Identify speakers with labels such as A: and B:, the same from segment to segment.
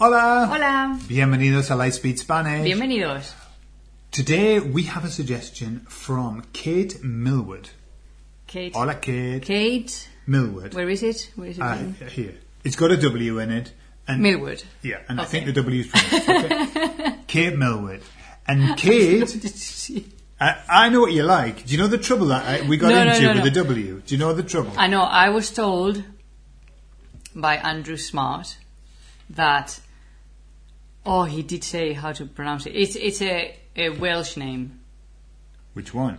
A: Hola.
B: Hola.
A: Bienvenidos a Lightspeed Spanish.
B: Bienvenidos.
A: Today we have a suggestion from Kate Millwood.
B: Kate.
A: Hola, Kate
B: Kate.
A: Millwood.
B: Where is it? Where is it?
A: Uh,
B: written?
A: here. It's got a W in it. And
B: Millwood.
A: Yeah, and I
B: Okay.
A: think the W is pronounced. Okay. Kate Millwood. And Kate, I, I know what you like. Do you know the trouble that I, we got
B: No, no,
A: into
B: no,
A: with
B: no.
A: the W? Do you know the trouble?
B: I know. I was told by Andrew Smart that. Oh, he did say how to pronounce it. It's it's a, a Welsh name,
A: Which one?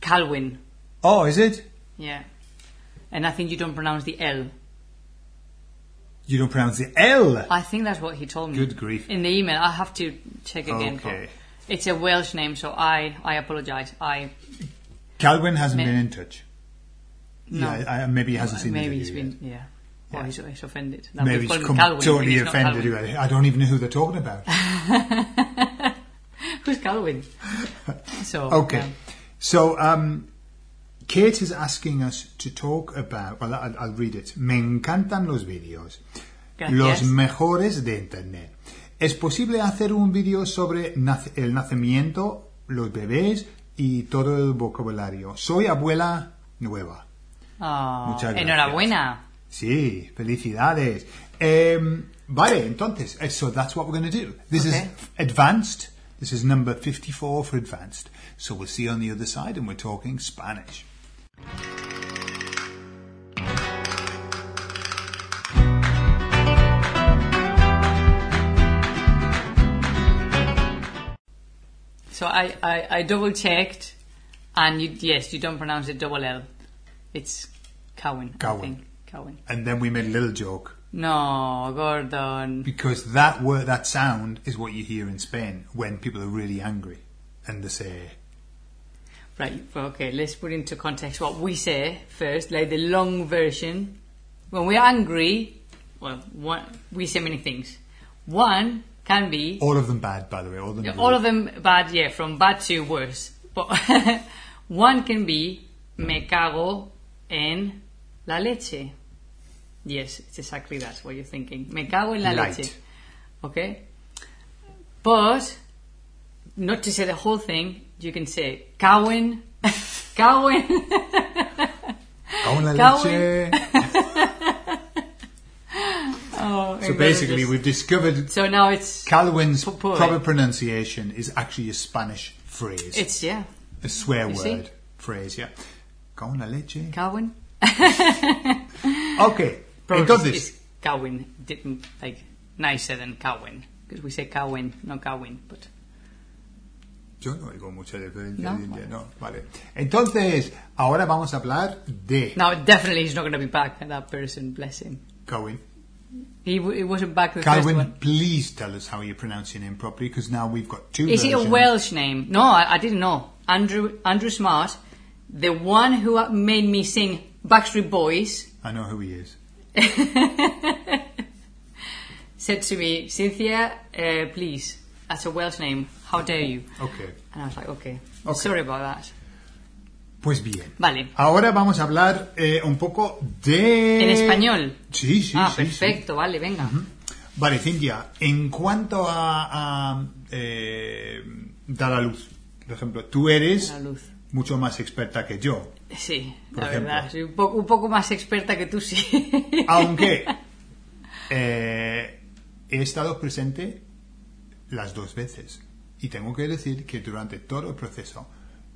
B: Calwyn.
A: Oh, is it?
B: Yeah, and I think you don't pronounce the L.
A: You don't pronounce the L.
B: I think that's what he told me.
A: Good grief.
B: In the email, I have to check again. but
A: Okay.
B: It's a Welsh name, so I I apologise. I
A: Calvin hasn't
B: Me-
A: been in touch.
B: no.
A: Yeah, I, I- maybe he hasn't seen the video
B: Maybe he's
A: yet.
B: been, yeah. Or
A: Yeah.
B: he's, he's offended. Now
A: Maybe
B: we've
A: he's
B: called him
A: come
B: Calvin, but
A: totally
B: he's not
A: offended.
B: Calvin.
A: about it. I don't even know who they're talking about.
B: Who's Calvin? So
A: Okay.
B: um,
A: So, um, Kate is asking us to talk about. Well, I'll, I'll read it. Me encantan los vídeos. Los
B: Gracias.
A: mejores de Internet. ¿Es posible hacer un vídeo sobre nac- el nacimiento, los bebés y todo el vocabulario? Soy abuela nueva.
B: ah,
A: Muchas gracias.
B: enhorabuena.
A: Sí, felicidades. Em, vale, entonces, eh, so that's what we're going to do. This
B: Okay.
A: is advanced. This is number 54 for advanced. So we'll see you on the other side and we're talking Spanish.
B: So I, I, I double checked, and you, yes, you don't pronounce it double L. It's Cowan.
A: Cowan.
B: I think. Cowan.
A: And then we made a little joke
B: No, Gordon.
A: because that word, that sound is what you hear in Spain when people are really angry and they say,
B: Right, okay, let's put into context what we say first, like the long version. When we're angry, well, one, we say many things. One can be
A: all of them bad, by the way, all of them.
B: all of them bad, yeah, from bad to worse. But one can be
A: Mm.
B: me cago en la leche. Yes, it's exactly that what you're thinking. Me cago en la
A: Light.
B: leche. Okay? But not to say the whole thing, you can say caguen, caguen,
A: Cago en la
B: Cago
A: leche.
B: Oh,
A: So basically,
B: we
A: we've discovered
B: so now it's
A: Calwyn's
B: Poi.
A: proper pronunciation is actually a Spanish phrase.
B: it's yeah,
A: a swear
B: You
A: word
B: see?
A: phrase, yeah. Con la leche.
B: caguen.
A: Okay,
B: it's
A: entonces,
B: Cowan didn't like nicer than Cowan because we say Cowan, not Cowan, but
A: yo no oigo mucha diferencia
B: No.
A: de India, no, vale. Entonces, ahora vamos a hablar de
B: now definitely he's not going to be back. That person, bless him,
A: Cohen.
B: he, w- he wasn't back the first
A: Cohen,
B: one.
A: please tell us how you pronounce your name properly, because now we've got two.
B: Is it a
A: versions.
B: Welsh name? No, I, I didn't know. Andrew Andrew Smart, the one who uh, made me sing Backstreet Boys,
A: I know who he is.
B: said to me, Cynthia, uh, please, that's a Welsh name. How dare you?
A: Okay,
B: And I was like, okay,
A: Okay.
B: sorry about that.
A: pues bien.
B: Vale,
A: Ahora vamos a hablar eh, un poco de.
B: en español.
A: Sí, sí,
B: ah,
A: sí, sí. Mm-hmm.
B: perfecto, vale, venga.
A: Vale, Cintia, en cuanto a, a, eh, dar a luz, por ejemplo, tú eres
B: Dar a luz.
A: mucho más experta que yo,
B: Sí,
A: Por
B: la
A: ejemplo. Ah,
B: verdad. Soy un, poco- un poco más experta que tú, sí.
A: aunque eh, he estado presente las dos veces y tengo que decir que durante todo el proceso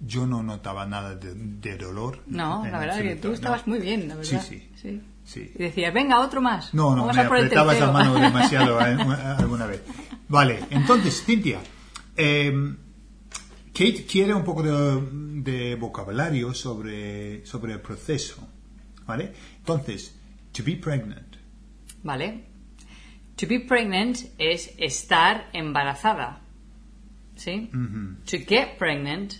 A: yo no notaba nada de, de dolor.
B: No,
A: en
B: la verdad que
A: absoluto,
B: tú
A: no.
B: estabas muy bien, la
A: Sí,
B: verdad.
A: sí,
B: sí.
A: sí.
B: Y decías, venga, otro más.
A: No, no,
B: Vamos
A: me
B: a por el
A: apretabas la
B: tercero.
A: mano demasiado eh, alguna vez. Vale, entonces, Cintia, eh, Kate quiere un poco de, de vocabulario sobre, sobre el proceso, ¿vale? Entonces, to be pregnant,
B: Vale. To be pregnant es estar embarazada. ¿Sí?
A: Mm.
B: To get pregnant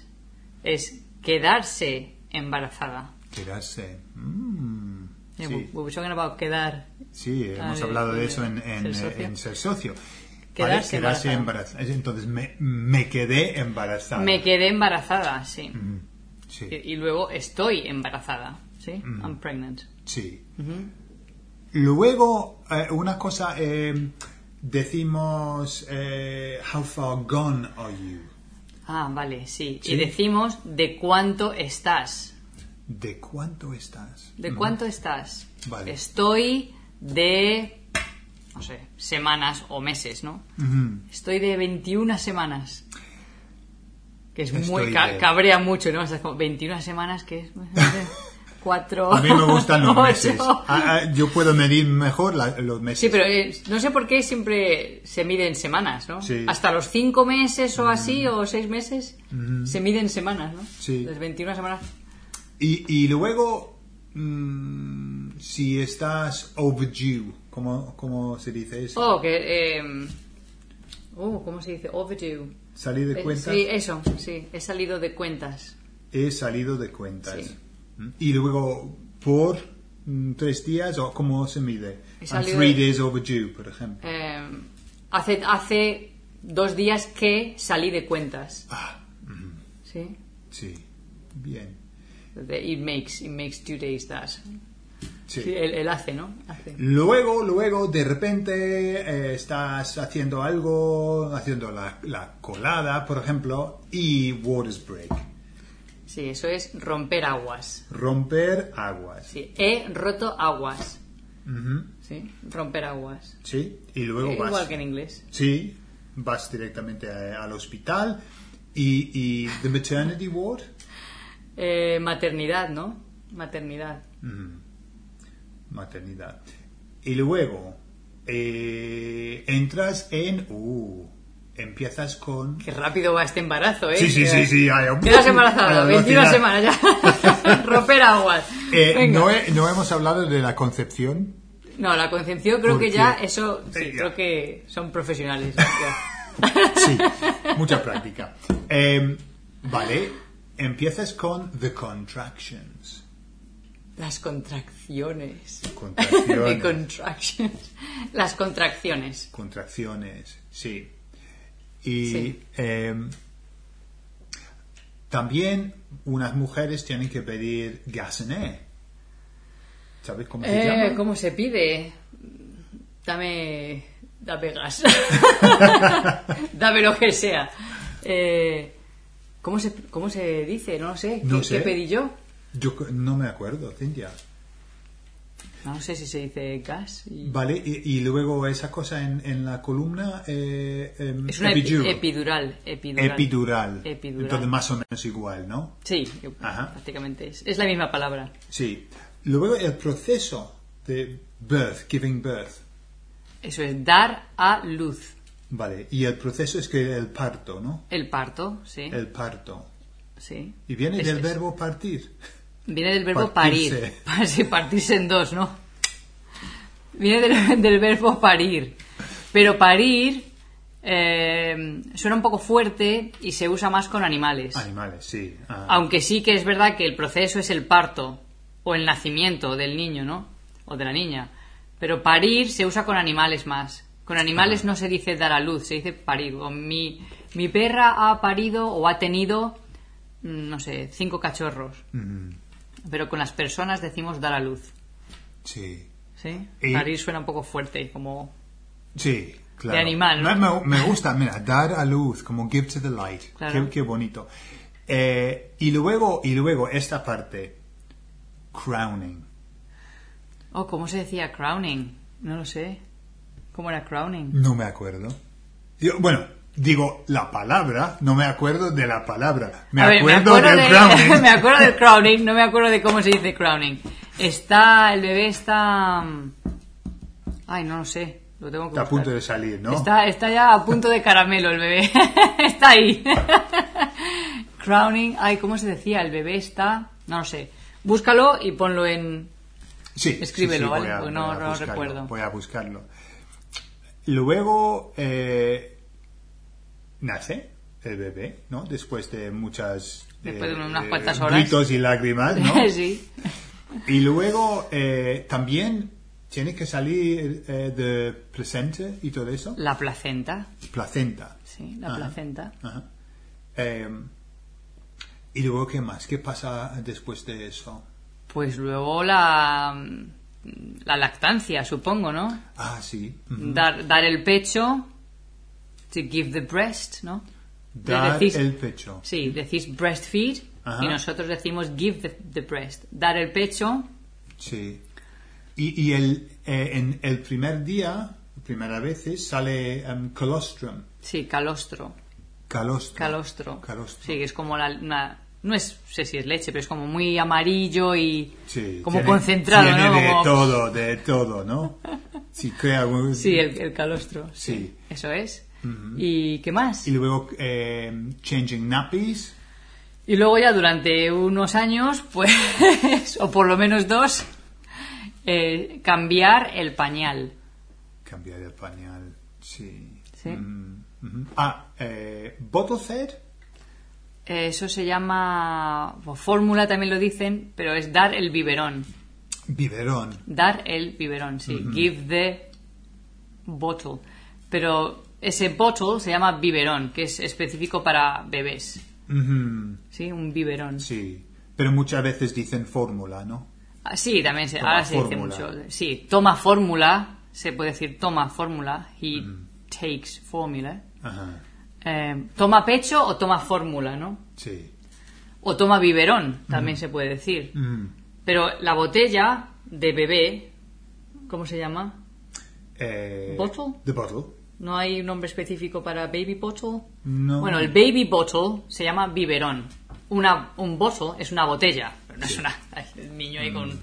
B: es quedarse embarazada.
A: quedarse... mm,
B: Yeah,
A: sí,
B: we- we were talking about quedar.
A: sí, hemos
B: Ah,
A: hablado de
B: de-
A: eso en, en,
B: ser socio.
A: en Ser Socio. ¿vale?
B: Quedarse
A: embarazada. Entonces, me, me quedé embarazada.
B: Me quedé embarazada, sí.
A: Mm. Sí.
B: Y, y luego estoy embarazada. ¿Sí?
A: Mm.
B: I'm pregnant.
A: Sí. Luego, eh, una cosa, eh, decimos eh, how far gone are you?
B: Ah, vale, sí.
A: Sí.
B: Y decimos de cuánto estás.
A: ¿De cuánto estás?
B: ¿De cuánto estás?
A: Vale.
B: Estoy de, no sé, semanas o meses, ¿no?
A: Ujú.
B: Estoy de 21 semanas. Que es muy...
A: Estoy
B: ca-
A: de-
B: Cabrea mucho, ¿no? O sea, como 21 semanas que es... Cuatro...
A: A mí me gustan los
B: ocho.
A: meses. Ah, ah, yo puedo medir mejor la- los meses.
B: Sí, pero eh, no sé por qué siempre se mide en semanas, ¿no?
A: Sí. Mm.
B: Hasta los cinco meses o así, o seis meses, se mide en semanas, ¿no?
A: Sí.
B: Las 21 semanas.
A: Y, y luego, mm, si estás overdue, ¿cómo, cómo se dice eso?
B: Oh, que... eh, oh, ¿cómo se dice? Overdue.
A: Salir de
B: Eh,
A: cuentas.
B: Sí, eso, sí. He salido de cuentas.
A: He salido de cuentas.
B: Sí.
A: Mm, Y luego, por mm, tres días, o ¿cómo se mide?
B: He
A: I'm
B: salido
A: three
B: de-
A: days overdue, por ejemplo.
B: Eh, hace, hace dos días que salí de cuentas.
A: Ah, ujú,
B: ¿Sí?
A: sí. Bien.
B: De- It makes, it makes two days that.
A: Sí.
B: Sí, él, él hace, ¿no? Hace.
A: Luego, luego, de repente eh, estás haciendo algo, haciendo la, la colada, por ejemplo, y waters break,
B: Sí, eso es romper aguas.
A: romper aguas.
B: Sí, he roto aguas.
A: Ujú,
B: ¿Sí? Romper aguas. Eh,
A: Sí, y luego vas.
B: Igual que en inglés.
A: Sí, vas directamente a- al hospital y, y the maternity ward.
B: Eh, maternidad, ¿no? Maternidad.
A: Ujú. Mm. Maternidad. Y luego eh, entras en. Uh, empiezas con.
B: Qué rápido va este embarazo, ¿eh?
A: Sí, sí,
B: Que-
A: sí, sí. ay,
B: Quedas
A: a la
B: embarazada, 21
A: velocidad.
B: semanas ya. romper aguas.
A: Eh,
B: Venga.
A: no, he- no hemos hablado de la concepción.
B: No, la concepción creo que
A: Porque-
B: ya, eso, sí,
A: Eh, ya.
B: creo que son profesionales. ya.
A: Sí, mucha práctica. Eh, vale, empiezas con the contractions.
B: Las contracciones.
A: Contracciones.
B: The contractions. Las contracciones.
A: Contracciones, sí. Y
B: Sí.
A: eh, también unas mujeres tienen que pedir gasné. ¿Sabes cómo se
B: Eh,
A: llama?
B: ¿Cómo se pide? Dame. Dame gas. Dame lo que sea. Eh, ¿cómo, se, ¿Cómo se dice? No lo sé. ¿Qué,
A: No sé.
B: qué pedí yo?
A: Yo c- no me acuerdo, Cintia.
B: No sé si se dice gas. y-
A: Vale, y, y luego esa cosa en, en la columna. eh, em,
B: Es una epi-
A: epidural.
B: epidural. Epidural.
A: Epidural.
B: Epidural.
A: Entonces, más o menos igual, ¿no?
B: Sí,
A: Ajá.
B: prácticamente es, es la misma palabra.
A: Sí. Luego el proceso de birth, giving birth.
B: Eso es dar a luz.
A: Vale, y el proceso es que el parto, ¿no?
B: El parto, sí.
A: El parto.
B: sí.
A: Y viene
B: Es-
A: del
B: es-
A: verbo partir.
B: Viene del verbo
A: Partirse.
B: parir. Sí, partirse en dos, ¿no? Viene del, del verbo parir. Pero parir eh, suena un poco fuerte y se usa más con animales.
A: Animales, sí. Ah,
B: Aunque sí que es verdad que el proceso es el parto o el nacimiento del niño, ¿no? O de la niña. Pero parir se usa con animales más. Con animales no se dice dar a luz, se dice parir. O mi, mi perra ha parido o ha tenido, mm, no sé, cinco cachorros.
A: ujú,
B: Pero con las personas decimos dar a luz.
A: sí.
B: ¿Sí?
A: Y-
B: Parir suena un poco fuerte, como.
A: Sí, claro.
B: De animal, ¿no?
A: Me, me- me gusta, mira, dar a luz, como give to the light.
B: Claro.
A: Qué, qué bonito. Eh, y luego, y luego esta parte, crowning.
B: Oh, ¿cómo se decía crowning? No lo sé. ¿Cómo era crowning?
A: No me acuerdo. Yo- bueno, digo la palabra, no me acuerdo de la palabra. Me,
B: A ver,
A: acuerdo, del crowning.
B: me acuerdo del crowning, no me acuerdo de cómo se dice crowning. Está, el bebé está. mm, Ay, no lo sé. Lo tengo que
A: Está a
B: buscar.
A: punto de salir, ¿no?
B: Está, está ya a punto de caramelo el bebé. está ahí. crowning. Ay, ¿cómo se decía? El bebé está. No lo sé. Búscalo y ponlo en.
A: Sí, sí,
B: Escríbelo,
A: voy
B: ¿vale? Porque no-
A: voy
B: no
A: buscarlo,
B: recuerdo.
A: Voy a buscarlo. Luego eh, nace el bebé, ¿no? Después de muchas... eh,
B: Después de unas cuantas horas.
A: Gritos y lágrimas, ¿no?
B: sí.
A: Y luego eh, también tiene que salir eh, de placenta y todo eso.
B: La placenta.
A: Placenta.
B: Sí, la
A: Ajá.
B: placenta.
A: Ajá. Eh, y luego, ¿qué más? ¿Qué pasa después de eso?
B: Pues luego la. la lactancia, supongo, ¿no?
A: Ah, sí. Mm.
B: Dar, dar el pecho, to give the breast, ¿no? Le
A: Dar
B: decís-
A: el pecho.
B: Sí, decís breastfeed
A: Ajá.
B: y nosotros decimos give the, the breast, dar el pecho.
A: Sí. Y, y el, eh, en el primer día, primera vez, sale em, colostrum.
B: Sí, calostro.
A: Calostrum.
B: Calostro.
A: Calostro.
B: Sí, es como la, una- no es, sé si es leche, pero es como muy amarillo y
A: Sí,
B: como
A: tiene-
B: concentrado,
A: tiene
B: ¿no?
A: de
B: Como-
A: todo, de todo, ¿no? Sí, crea un-
B: Sí, el, el calostro. Sí.
A: Sí.
B: Eso es. ¿Y qué más?
A: Y luego eh, changing nappies.
B: Y luego ya durante unos años, pues, o por lo menos dos, eh, cambiar el pañal.
A: Cambiar el pañal. Sí.
B: Sí.
A: Mm, mhm. Ah, eh, bottle fed.
B: Eh, Eso se llama, o fórmula también lo dicen, pero es dar el biberón.
A: Biberón.
B: Dar el biberón, sí. Give the bottle. Pero ese bottle se llama biberón, que es específico para bebés.
A: Mhm,
B: Sí, un biberón.
A: Sí. Pero muchas veces dicen fórmula, ¿no?
B: Ah, Sí, también se,
A: Toma
B: ahora se dice
A: fórmula.
B: mucho. Sí, toma fórmula, se puede decir toma fórmula, he takes formula.
A: Ajá.
B: Eh, toma pecho o toma fórmula, ¿no?
A: Sí.
B: O toma biberón, también se puede decir.
A: Mm.
B: Pero la botella de bebé, ¿cómo se llama?
A: Eh,
B: Bottle?
A: The bottle.
B: ¿No hay un nombre específico para baby bottle?
A: No.
B: Bueno, el baby bottle se llama biberón. Una, un bottle es una botella, pero no es una... El niño ahí con...
A: Mm,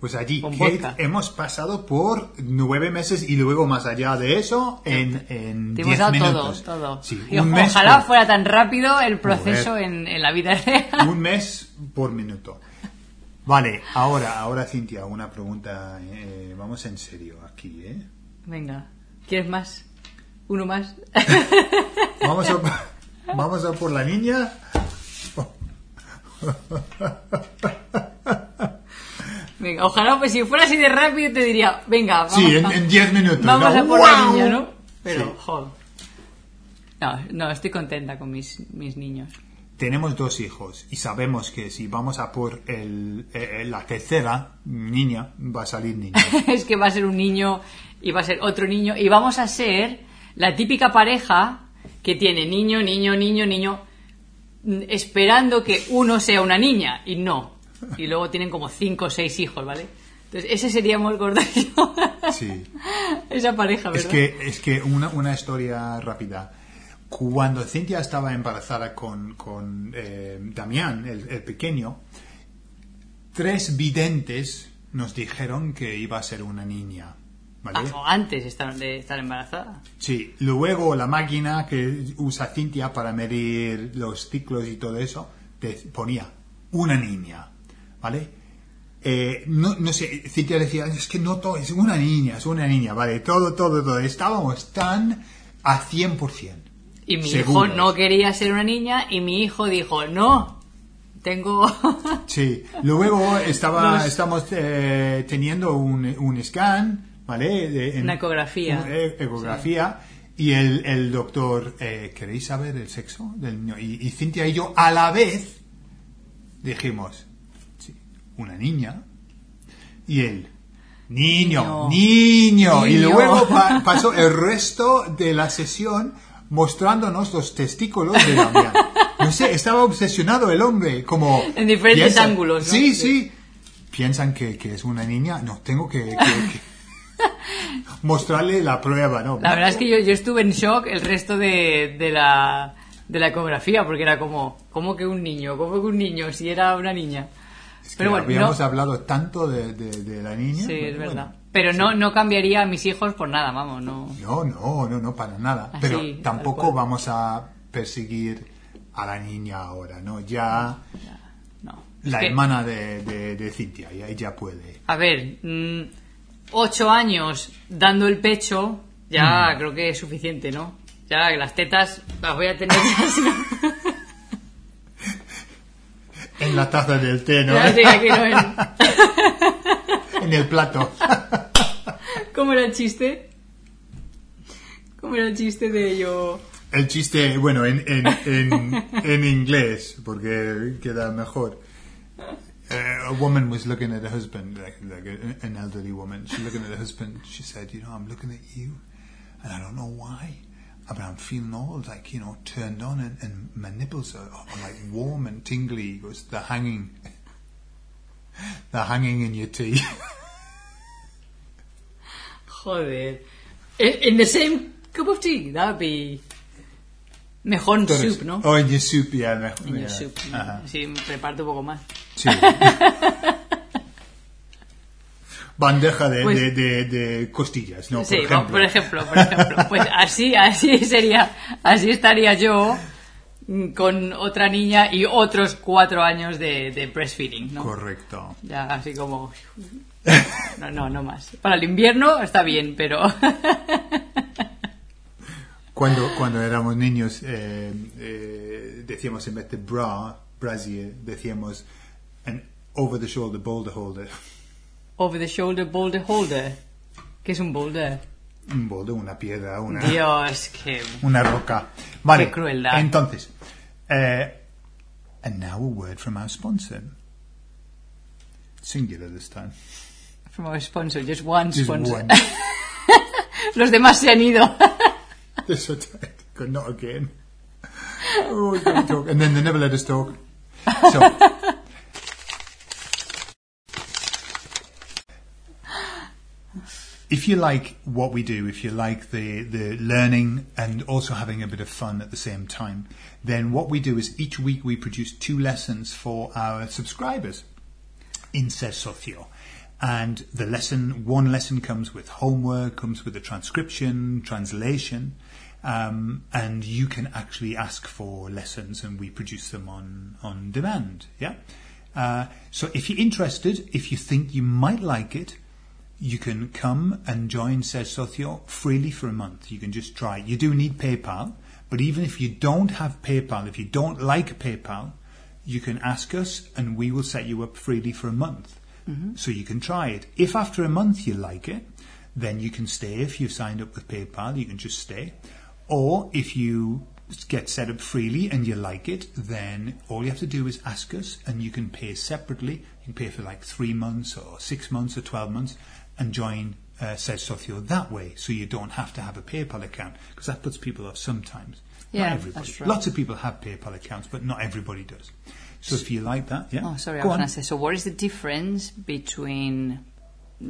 A: Pues allí,
B: Con
A: Kate,
B: vodka.
A: hemos pasado por nueve meses y luego más allá de eso, en, en
B: Te
A: diez
B: hemos dado
A: minutos.
B: todo, todo.
A: Sí,
B: Y
A: un
B: o-
A: mes
B: ojalá
A: por-
B: fuera tan rápido el proceso en, en la vida real.
A: un mes por minuto. Vale, ahora, ahora Cintia, una pregunta, eh, vamos en serio aquí, ¿eh?
B: Venga, ¿quieres más? ¿Uno más?
A: Vamos a, vamos a por la niña.
B: Venga, ojalá, pues si fuera así de rápido te diría, venga, vamos,
A: Sí, en,
B: a-
A: en diez minutos.
B: vamos
A: ¿no?
B: a por la
A: ¡Guau!
B: niña, ¿no? Pero,
A: Sí.
B: jo. No, no, estoy contenta con mis, mis niños.
A: Tenemos dos hijos y sabemos que si vamos a por el, eh, eh, la tercera niña, va a salir niña.
B: es que va a ser un niño y va a ser otro niño y vamos a ser la típica pareja que tiene niño, niño, niño, niño, mm, esperando que uno sea una niña y no. Y luego tienen como cinco o seis hijos, ¿vale? Entonces, ese seríamos gordo y yo.
A: Sí.
B: Esa pareja,
A: Es
B: ¿verdad?
A: que, es que una, una historia rápida. Cuando Cintia estaba embarazada con, con eh, Damián, el, el pequeño, tres videntes nos dijeron que iba a ser una niña. ¿Vale?
B: Ah, no, antes estar- de estar embarazada.
A: Sí, luego la máquina que usa Cintia para medir los ciclos y todo eso, te ponía una niña, ¿vale? Eh, no, no sé, Cintia decía, es que no todo, es una niña, es una niña, ¿vale? Todo, todo, todo. Estábamos tan a 100%.
B: Y mi
A: seguros.
B: hijo no quería ser una niña y mi hijo dijo, no, tengo...
A: Sí, luego estaba,
B: Los-
A: estamos eh, teniendo un, un scan, ¿vale? De- en-
B: Una ecografía.
A: un- eh, ecografía. Y el, el doctor, eh, ¿queréis saber el sexo del niño? Y, y Cintia y yo a la vez dijimos, sí, una niña. Y él, niño, niño.
B: Niño.
A: Y
B: Niño.
A: luego pa- pasó el resto de la sesión mostrándonos los testículos de Damián. No sé, estaba obsesionado el hombre, como...
B: En diferentes ángulos, ¿no?
A: Sí, sí.
B: Sí.
A: Piensan que, que es una niña. No, tengo que, que- que mostrarle la prueba, ¿no?
B: La verdad es que yo, yo estuve en shock el resto de, de la, de la ecografía, porque era como, ¿cómo que un niño? ¿Cómo que un niño? Si era una niña.
A: Es que
B: Pero bueno,
A: habíamos
B: no-
A: hablado tanto de, de- de la niña.
B: sí,
A: Bueno,
B: es verdad.
A: bueno.
B: Pero no, no cambiaría a mis hijos por nada, vamos, no.
A: No, no, no, no, para nada.
B: Así,
A: Pero
B: Ah, tal
A: tampoco
B: cual.
A: vamos a perseguir a la niña ahora, ¿no? Ya
B: no.
A: la
B: Es que,
A: hermana de, de, de Cintia, ya ella puede.
B: A ver, mm, ocho años dando el pecho, ya
A: Mm.
B: creo que es suficiente, ¿no? Ya las tetas las voy a tener ya, si no-
A: En la taza del té, ¿no?
B: ya, sí, aquí no es.
A: en el plato.
B: ¿Cómo era el chiste? ¿Cómo era el chiste de yo?
A: El chiste, bueno, en, en, en, en inglés, porque queda mejor. Uh, a woman was looking at her husband, like, like a, an elderly woman. She looking at her husband. She said, "You know, I'm looking at you, and I don't know why, but I'm feeling all like you know turned on, and, and my nipples are, are like warm and tingly. He goes, they're hanging, they're hanging in your tea."
B: Joder. In, in the same cup of tea, that would be mejor en soup, ¿no?
A: Oh, in your soup, yeah, mejor,
B: En
A: yeah. Uh-huh.
B: el soup. mm. ¿no?
A: Ajá.
B: Sí, prepárate un poco más.
A: Sí. Bandeja de,
B: Pues-
A: de, de- de costillas, ¿no?
B: sí, vamos, por ejemplo, por ejemplo. Pues así, así sería, así estaría yo mm, con otra niña y otros cuatro años de, de breastfeeding, ¿no?
A: Correcto.
B: Ya, así como... No, no, no más. Para el invierno está bien, pero...
A: Cuando, cuando éramos niños eh, eh, decíamos en vez de bra, brasier, decíamos an over-the-shoulder boulder holder.
B: Over the shoulder boulder holder. ¿Qué es un boulder?
A: Un boulder, una piedra, una,
B: Dios, qué...
A: una roca. Vale,
B: Qué crueldad.
A: entonces, eh, and now a word from our sponsor. Singular this time.
B: From our sponsor, just one
A: Just
B: sponsor.
A: one.
B: Los demás se han ido.
A: They're so tactical. Not again. Oh, we can't talk. And then they never let us talk. So. If you like what we do, if you like the, the learning and also having a bit of fun at the same time, then what we do is each week we produce two lessons for our subscribers in Ser Socio. And the lesson, one lesson comes with homework, comes with a transcription, translation, um, and you can actually ask for lessons and we produce them on, on demand. Yeah. Uh, so if you're interested, if you think you might like it, you can come and join Ser Socio freely for a month. You can just try. You do need PayPal, but even if you don't have PayPal, if you don't like PayPal, you can ask us and we will set you up freely for a month. So you can try it. If after a month you like it, then you can stay. If you've signed up with PayPal, you can just stay. Or if you get set up freely and you like it, then all you have to do is ask us and you can pay separately. You can pay for like three months or six months or 12 months and join uh, Says Socio that way so you don't have to have a PayPal account because that puts people off sometimes.
B: Yeah,
A: not everybody.
B: that's right.
A: Lots of people have PayPal accounts, but not everybody does. So if you like that, yeah.
B: Oh, sorry, I
A: Go
B: was
A: on.
B: going to say. So, what is the difference between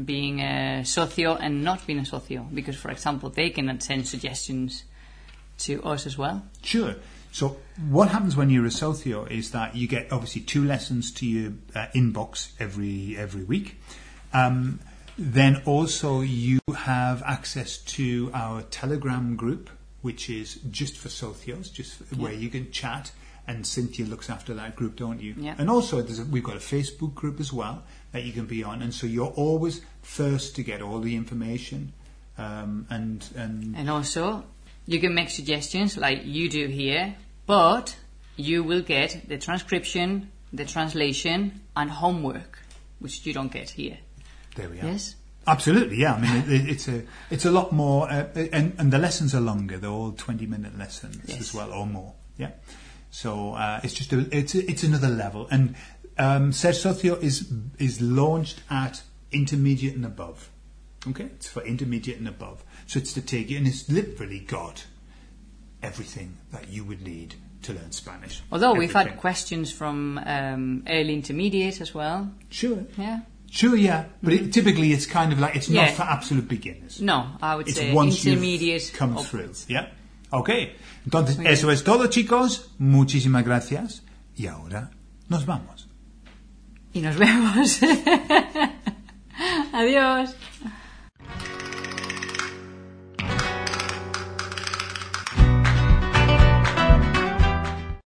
B: being a socio and not being a socio? Because, for example, they can send suggestions to us as well.
A: Sure. So what happens when you're a socio is that you get obviously two lessons to your uh, inbox every every week. Um, then also you have access to our Telegram group, which is just for socios, just for, where you can chat. And Cynthia looks after that group, don't you?
B: Yeah.
A: And also, there's a, we've got a Facebook group as well that you can be on, and so you're always first to get all the information. Um, and and
B: And also, you can make suggestions like you do here, but you will get the transcription, the translation, and homework, which you don't get here.
A: there we are.
B: Yes?
A: Absolutely, yeah. I mean, it- it, it's a it's a lot more, uh, and and the lessons are longer. They're all twenty minute lessons
B: Yes.
A: as well, or more. Yeah. So uh, it's just a, it's it's another level, and um, Ser Socio is is launched at intermediate and above. Okay, it's for intermediate and above. So it's to take you, and it's literally got everything that you would need to learn Spanish.
B: Although we've had
A: Everything.
B: questions from um, early intermediate as well.
A: sure,
B: Yeah.
A: sure, yeah, but it, typically it's kind of like it's
B: Yeah.
A: not for absolute beginners.
B: No, I would
A: It's
B: say
A: once you've
B: uh, intermediate.
A: come
B: up.
A: through. Yeah. Ok. Entonces, eso es todo, chicos. Muchísimas gracias. Y ahora nos vamos.
B: Y nos vemos. Adiós.